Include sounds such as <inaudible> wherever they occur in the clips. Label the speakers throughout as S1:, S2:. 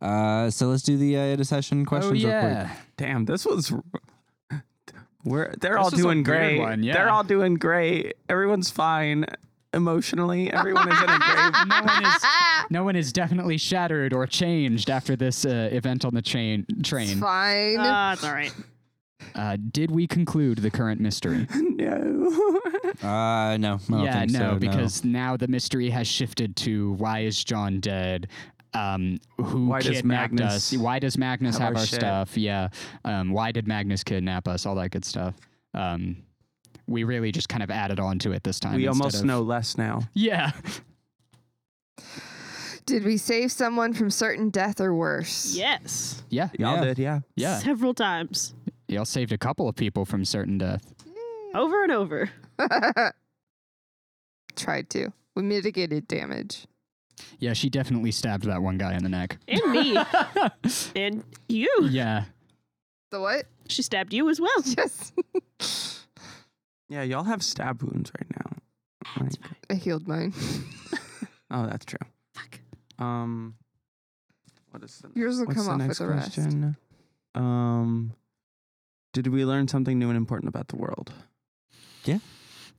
S1: Uh, so let's do the uh, intercession questions real
S2: oh yeah.
S1: quick.
S3: Damn, this was. <laughs> We're they're all
S2: This was a
S3: doing
S2: weird
S3: great.
S2: one, yeah.
S3: They're all doing great. Everyone's fine emotionally. Everyone is in a great.
S2: <laughs> no one is no one is definitely shattered or changed after this uh, event on the chain train.
S4: Fine.
S5: Uh, it's all right.
S2: Uh, did we conclude the current mystery?
S3: No.
S1: Uh, no, I don't
S2: yeah,
S1: think
S2: no,
S1: so,
S2: because now the mystery has shifted to why is John dead? Um, who
S3: Why does
S2: kidnapped
S3: Magnus
S2: us? Why does Magnus
S3: have
S2: have,
S3: our
S2: our
S3: shit?
S2: stuff? Yeah. Um, why did Magnus kidnap us? All that good stuff. Um, we really just kind of added on to it this time.
S3: we
S2: instead
S3: almost
S2: of-
S3: know less now.
S2: <laughs> Yeah.
S4: Did we save someone from certain death or worse?
S5: Yes.
S2: Yeah.
S3: Y'all
S1: Yeah.
S3: did, yeah.
S2: Yeah.
S5: Several times.
S2: Y'all saved a couple of people from certain death.
S5: Over and over.
S4: Tried to. We mitigated damage.
S2: Yeah, she definitely stabbed that one guy in the
S3: <laughs>
S2: neck.
S5: And me. <laughs> and you.
S2: Yeah.
S4: The what? <laughs>
S5: She stabbed you as <laughs> well.
S4: Yes.
S3: Yeah, y'all have stab wounds right now. Like-
S4: I healed mine.
S3: oh, that's true.
S5: Fuck.
S3: Um, what is the,
S4: Yours will
S3: what's
S4: come
S3: the
S4: off
S3: next
S4: with the rest.
S3: question? Um, did we learn something new and important about the world?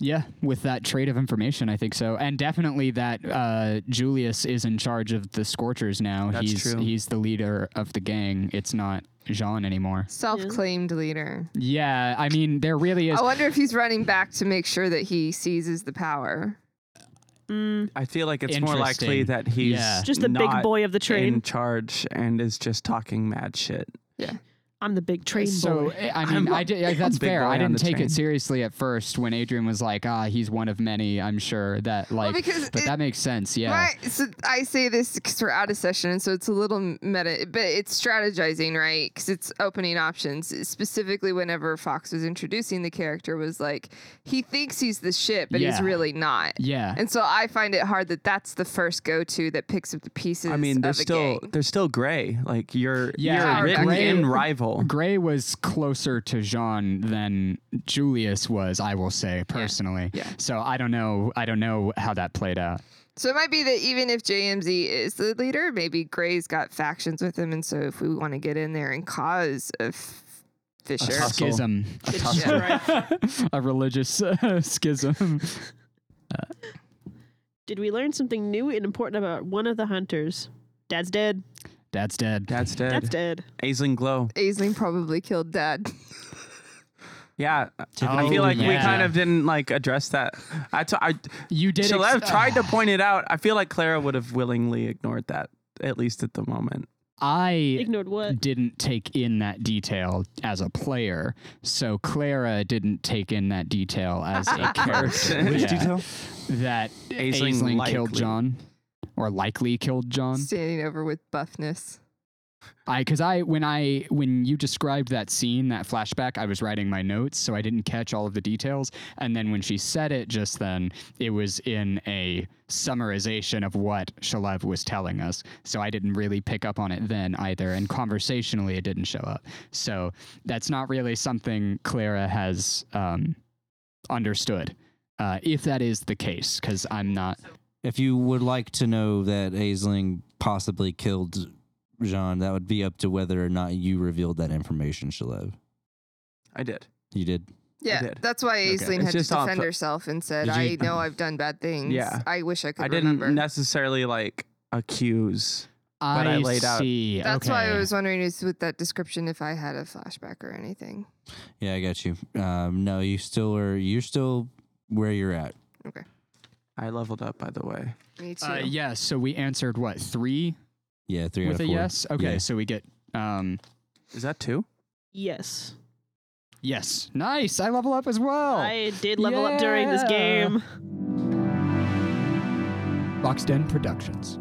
S2: Yeah, with that trade of information, I think so, and definitely that uh, Julius is in charge of the Scorchers now.
S3: That's
S2: he's
S3: true.
S2: he's the leader of the gang. It's not Jean anymore.
S4: Self-claimed leader.
S2: Yeah, I mean there really is.
S4: I wonder if he's running back to make sure that he seizes the power.
S5: Mm,
S3: I feel like it's more likely
S2: Interesting.
S3: that he's
S2: Yeah.
S5: just the big
S3: not
S5: boy of the train.
S3: in charge and is just talking mad shit.
S5: I'm the big train
S2: so eh,
S5: boy.
S2: I
S3: I'm
S2: mean,
S3: a-
S2: I did,
S3: I'm
S2: that's
S3: big
S2: fair.
S3: boy
S2: I
S3: on
S2: didn't
S3: the
S2: take
S3: train.
S2: it seriously at first when Adrian was like, "Ah, he's one of many." I'm sure that like,
S4: because
S2: but
S4: it-
S2: that makes sense. Yeah,
S4: Right. So I say this because we're out of session, and so it's a little meta, but it's strategizing, right? Because it's opening options. Specifically, whenever Fox was introducing the character, was like he thinks he's the shit, but he's
S2: Yeah.
S4: really not.
S2: yeah.
S4: And so I find it hard that that's the first go-to that picks up the pieces.
S3: I mean, they're
S4: of a
S3: still
S4: gang.
S3: they're still gray. Like you're
S2: Yeah,
S3: you're written
S2: Gray-
S3: in rival.
S2: Gray was closer to Jean than Julius was, I will say personally.
S4: Yeah.
S2: So I don't know. I don't know how that played out.
S4: So it might be that even if JMZ is the leader, maybe Gray's got factions with him, and so if we want to get in there and cause a f- Fisher,
S3: tussle.
S2: Schism.
S3: A
S5: It's
S3: tussle.
S5: just-
S2: <laughs> a religious uh, <laughs> schism.
S5: Did we learn something new and important about one of the hunters? Dad's dead.
S2: Dad's dead.
S3: Dad's dead.
S5: Dad's dead.
S3: Aisling Glow.
S4: Aisling probably killed Dad.
S3: Yeah, I
S2: Tiffany
S3: feel like we
S2: yeah.
S3: kind of didn't like address that. I t- I
S2: you did.
S3: Shalev
S2: ex- <sighs>
S3: tried to point it out. I feel like Clara would have willingly ignored that at least at the moment.
S2: I
S5: Ignored what?
S2: didn't take in that detail as a player, so Clara didn't take in that detail as a character.
S3: Which
S2: Yeah.
S3: detail?
S2: That
S3: Aisling
S2: Aisling, killed
S3: likely.
S2: John, or likely killed John.
S4: Standing over with buffness.
S2: I because I when I when you described that scene that flashback I was writing my notes so I didn't catch all of the details and then when she said it just then it was in a summarization of what Shalev was telling us so I didn't really pick up on it then either and conversationally it didn't show up so that's not really something Clara has um, understood uh, if that is the case because I'm not
S1: If you would like to know that Aisling possibly killed Jean, that would be up to whether or not you revealed that information, Shalev.
S3: I did.
S1: You did.
S4: Yeah,
S3: did.
S4: that's why
S2: Okay.
S4: Aisling
S3: It's
S4: had to
S3: just off-
S4: defend herself and said,
S1: Did
S4: "I
S1: you-
S4: know I've done bad things.
S3: Yeah.
S4: I wish I could
S3: I didn't
S4: remember."
S3: necessarily like accuse.
S2: I,
S3: But I laid out-
S2: see
S4: that's why I
S2: okay.
S4: was wondering is with that description if I had a flashback or anything.
S1: Yeah, I got you. Um, no, you still are. You're still where you're at.
S3: I leveled up, by the way.
S4: Me too.
S2: Uh, yes, so we answered what three
S1: Yeah, three out
S2: with a
S1: of four.
S2: yes. Okay,
S1: Yeah.
S2: so we get um
S3: Is that two?
S5: Yes.
S2: yes. Nice. I level up as well.
S5: I did level up during this
S2: Yeah.
S5: game.
S2: Boxed In Productions.